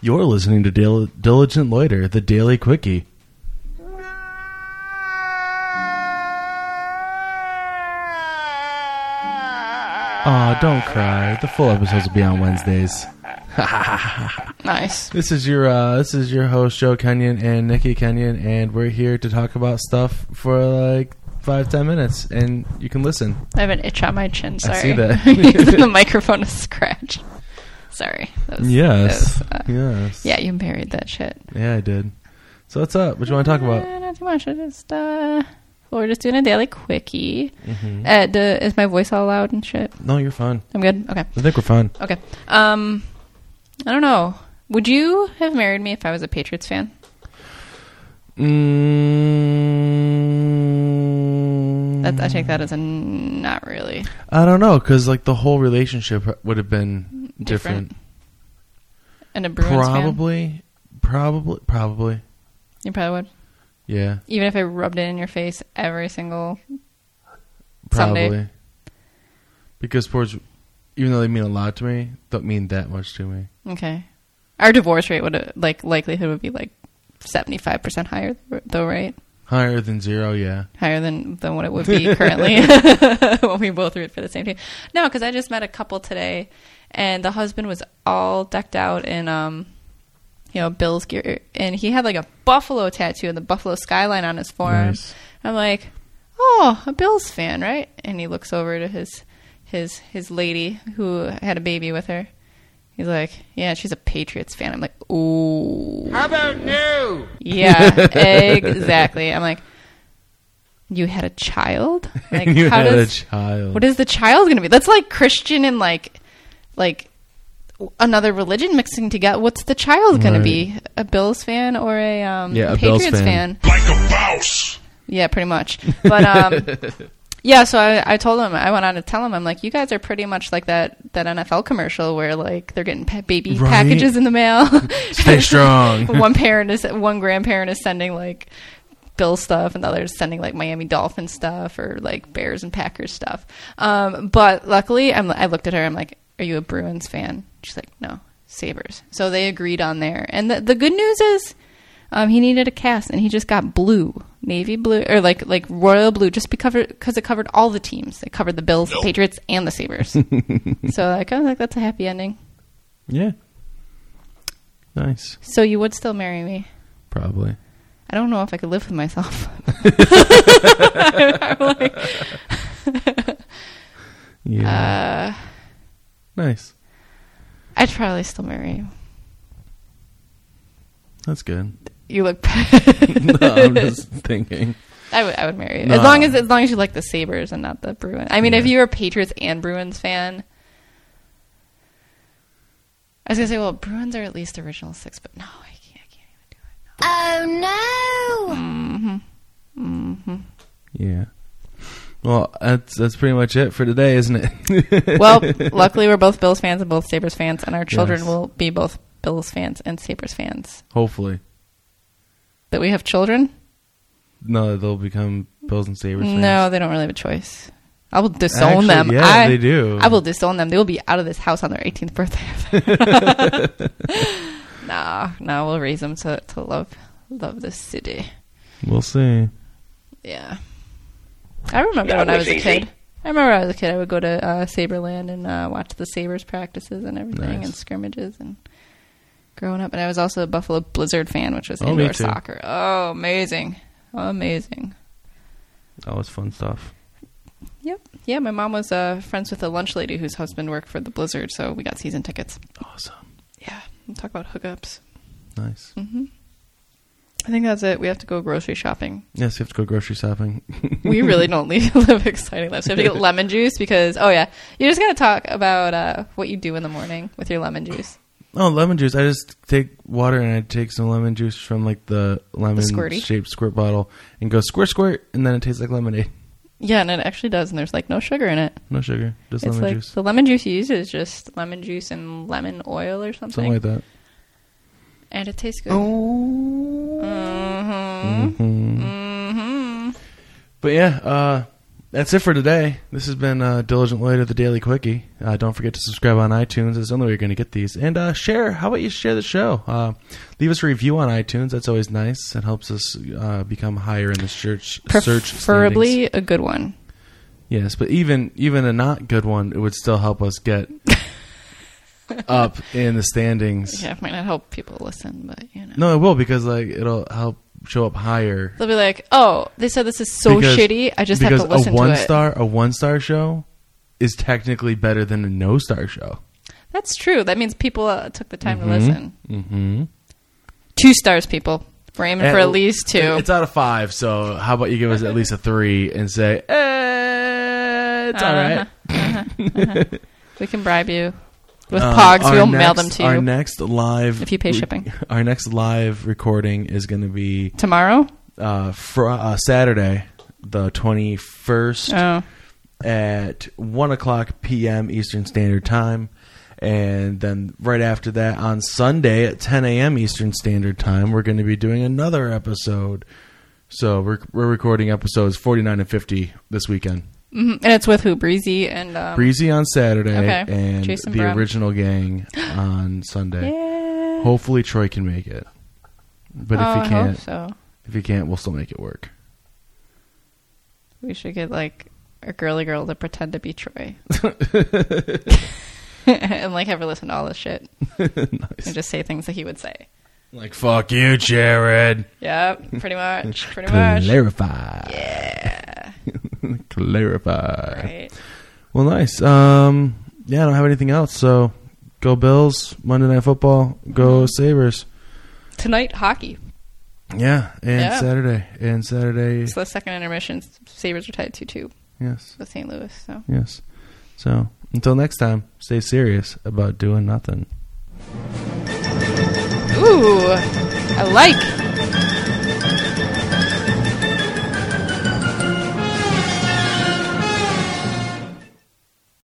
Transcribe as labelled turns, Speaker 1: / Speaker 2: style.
Speaker 1: You're listening to Dil- Diligent Loiter, the Daily Quickie. Aw, don't cry. The full episodes will be on Wednesdays.
Speaker 2: Nice.
Speaker 1: This is your uh, this is your host Joe Kenyon and Nikki Kenyon, and we're here to talk about stuff for like five ten minutes, and you can listen.
Speaker 2: I have an itch on my chin. Sorry.
Speaker 1: see that.
Speaker 2: the microphone is scratched. Sorry. That was- that was, uh,
Speaker 1: yes,
Speaker 2: Yeah, you buried that shit.
Speaker 1: yeah, I did. So what's up? What you want to talk about?
Speaker 2: Uh, not too much. I just, uh, well, we're just doing a daily quickie.
Speaker 1: Mm-hmm.
Speaker 2: Uh, the, is my voice all loud and shit?
Speaker 1: No, you're fine.
Speaker 2: I'm good? Okay.
Speaker 1: I think we're fine.
Speaker 2: Okay. Um, I don't know. Would you have married me if I was a Patriots fan?
Speaker 1: Mm,
Speaker 2: That, I take that as a n- not really.
Speaker 1: I don't know because like the whole relationship would have been different.
Speaker 2: Different. And a Bruins fan?
Speaker 1: Probably, probably, probably.
Speaker 2: You probably would.
Speaker 1: Yeah,
Speaker 2: Even if I rubbed it in your face every single
Speaker 1: probably.
Speaker 2: Someday.
Speaker 1: Because sports, even though they mean a lot to me, don't mean that much to me.
Speaker 2: Okay. Our divorce rate would like likelihood would be like seventy five percent higher though, right?
Speaker 1: Higher than zero, yeah.
Speaker 2: Higher than than what it would be currently when we both root for the same team. No, because I just met a couple today, and the husband was all decked out in um, you know, Bill's gear, and he had like a buffalo tattoo and the buffalo skyline on his forearm.
Speaker 1: Nice.
Speaker 2: I'm like, oh, a Bills fan, right? And he looks over to his his his lady who had a baby with her. He's like, yeah, she's a Patriots fan. I'm like, ooh. How about new? Yeah, exactly. I'm like, you had a child? Like,
Speaker 1: you
Speaker 2: how
Speaker 1: had
Speaker 2: does
Speaker 1: a child.
Speaker 2: what is the child going to be? That's like Christian and like like another religion mixing together. What's the child going
Speaker 1: Right.
Speaker 2: to be? A Bills fan or a um
Speaker 1: Yeah, a Bills
Speaker 2: Patriots
Speaker 1: fan.
Speaker 2: fan?
Speaker 3: like a mouse.
Speaker 2: Yeah, pretty much. But um, yeah, so I, I told him I went on to tell him I'm like, you guys are pretty much like that that NFL commercial where like they're getting pa- baby
Speaker 1: Right.
Speaker 2: packages in the mail.
Speaker 1: Stay strong.
Speaker 2: one parent is one grandparent is sending like Bill stuff, and the other is sending like Miami Dolphins stuff or like Bears and Packers stuff. Um, but luckily, I'm, I looked at her. I'm like, are you a Bruins fan? She's like, no, Sabers. So they agreed on there. And the, the good news is. Um, he needed a cast, and he just got blue, navy blue, or like like royal blue, just because it covered all the teams. It covered the Bills, the Patriots, and the Sabers. so like, I was like, that's a happy ending.
Speaker 1: yeah. Nice.
Speaker 2: So you would still marry me?
Speaker 1: Probably.
Speaker 2: I don't know if I could live with myself. I'm like,
Speaker 1: Yeah.
Speaker 2: uh,
Speaker 1: nice.
Speaker 2: I'd probably still marry you.
Speaker 1: That's good.
Speaker 2: You look. I
Speaker 1: no, I'm just thinking.
Speaker 2: would. I would marry you
Speaker 1: No.
Speaker 2: as long as as long as you like the Sabers and not the Bruins. I mean, if
Speaker 1: Yeah.
Speaker 2: you're a Patriots and Bruins fan, I was gonna say, well, Bruins are at least original six, but no, I can't. I can't even do it.
Speaker 1: Yeah. Well, that's that's pretty much it for today, isn't it?
Speaker 2: Well, luckily we're both Bills fans and both Sabres fans, and our children
Speaker 1: Yes.
Speaker 2: will be both Bills fans and Sabres fans.
Speaker 1: Hopefully.
Speaker 2: That we have children?
Speaker 1: No, they'll become Bills and Sabres fans.
Speaker 2: No, they don't really have a choice. I will disown
Speaker 1: Actually,
Speaker 2: them.
Speaker 1: yeah,
Speaker 2: I,
Speaker 1: they do.
Speaker 2: I will disown them. They will be out of this house on their 18th birthday. nah, nah, we'll raise them to, to love love the city.
Speaker 1: We'll see.
Speaker 2: Yeah. I remember when I was a kid. I remember when I was a kid. I would go to uh, Saberland and uh, watch the Sabers practices and everything
Speaker 1: Nice.
Speaker 2: and scrimmages and growing up. And I was also a Buffalo Blizzard fan, which was
Speaker 1: Oh, me
Speaker 2: indoor
Speaker 1: too.
Speaker 2: soccer. Oh, amazing, amazing.
Speaker 1: That was fun stuff.
Speaker 2: Yep. Yeah, my mom was uh, friends with a lunch lady whose husband worked for the Blizzard, so we got season tickets.
Speaker 1: Awesome.
Speaker 2: Yeah. Talk about hookups. Mm-hmm.
Speaker 1: Nice.
Speaker 2: I think that's it. We have to go grocery shopping.
Speaker 1: Yes, you have to go grocery shopping.
Speaker 2: we really don't lead, live exciting lives. We have to get lemon juice because oh yeah, you just gotta talk about uh, what you do in the morning with your lemon juice.
Speaker 1: oh, lemon juice. I just take water and I take some lemon juice from like the lemon
Speaker 2: squirty?
Speaker 1: shaped squirt bottle and go squirt squirt and then it tastes like lemonade.
Speaker 2: Yeah, and it actually does, and there's like no sugar in it.
Speaker 1: No sugar, just
Speaker 2: it's
Speaker 1: lemon
Speaker 2: like
Speaker 1: juice.
Speaker 2: the lemon juice you use is just lemon juice and lemon oil or something,
Speaker 1: Something like that.
Speaker 2: and it tastes good. Oh. hmm
Speaker 1: Mm-hmm.
Speaker 2: Mm-hmm.
Speaker 1: But yeah, uh That's it for today. This has been uh, Diligent Lawyer, the Daily Quickie. Uh, don't forget to subscribe on iTunes. That's the only way you're going to get these. And uh, share. How about you share the show? Uh, leave us a review on iTunes. That's always nice. It helps us uh, become higher in the search search standings.
Speaker 2: Preferably a good one.
Speaker 1: Yes, but even even a not good one, it would still help us get up in the standings.
Speaker 2: Yeah, it might not help people listen, but you know.
Speaker 1: No, it will because like it'll help show up higher.
Speaker 2: They'll be like, "Oh, they said this is so
Speaker 1: Because-
Speaker 2: shitty. I just have
Speaker 1: because
Speaker 2: to listen
Speaker 1: a one
Speaker 2: to it."
Speaker 1: star a one star show is technically better than a no star show.
Speaker 2: That's true. That means people uh, took the time to listen.
Speaker 1: Mm-hmm.
Speaker 2: Two stars, people. We're aiming for at least two.
Speaker 1: It's out of five, so how about you give us at least a three and say, eh, it's all
Speaker 2: Uh-huh.
Speaker 1: right.
Speaker 2: we can bribe you with pogs.
Speaker 1: Um, our
Speaker 2: We'll mail them
Speaker 1: next-
Speaker 2: to you
Speaker 1: Our next live,
Speaker 2: If you pay shipping.
Speaker 1: Our next live recording is going to be
Speaker 2: tomorrow.
Speaker 1: uh, fr- uh, Saturday, the twenty first.
Speaker 2: Oh,
Speaker 1: at 1 o'clock p.m. Eastern Standard Time. And then right after that, on Sunday at 10 a.m. Eastern Standard Time, we're going to be doing another episode. So we're, we're recording episodes 49 and 50 this weekend.
Speaker 2: hmm and it's with who? Breezy and um,
Speaker 1: Breezy on Saturday
Speaker 2: okay.
Speaker 1: and
Speaker 2: Jason
Speaker 1: the
Speaker 2: Brown.
Speaker 1: original gang on Sunday.
Speaker 2: Yeah.
Speaker 1: Hopefully Troy can make it. But if
Speaker 2: Oh, I
Speaker 1: he
Speaker 2: hope
Speaker 1: can't,
Speaker 2: so
Speaker 1: if he can't, we'll still make it work.
Speaker 2: we should get like a girly girl to pretend to be Troy, and like have her listen to all this shit and
Speaker 1: nice.
Speaker 2: just say things that he would say.
Speaker 1: Like fuck you, Jared.
Speaker 2: Yep, pretty much. Pretty much.
Speaker 1: Clarify.
Speaker 2: Yeah.
Speaker 1: Clarify.
Speaker 2: Right.
Speaker 1: Well, nice. Um, yeah, I don't have anything else. So, go Bills. Monday Night Football.
Speaker 2: Mm-hmm.
Speaker 1: Go Sabers.
Speaker 2: Tonight, hockey.
Speaker 1: Yeah, and
Speaker 2: Yeah.
Speaker 1: Saturday and Saturday.
Speaker 2: So the second intermission, Sabres are tied 2 2
Speaker 1: Yes,
Speaker 2: with St. Louis. So.
Speaker 1: yes. So until next time, stay serious about doing nothing.
Speaker 2: Ooh, I like.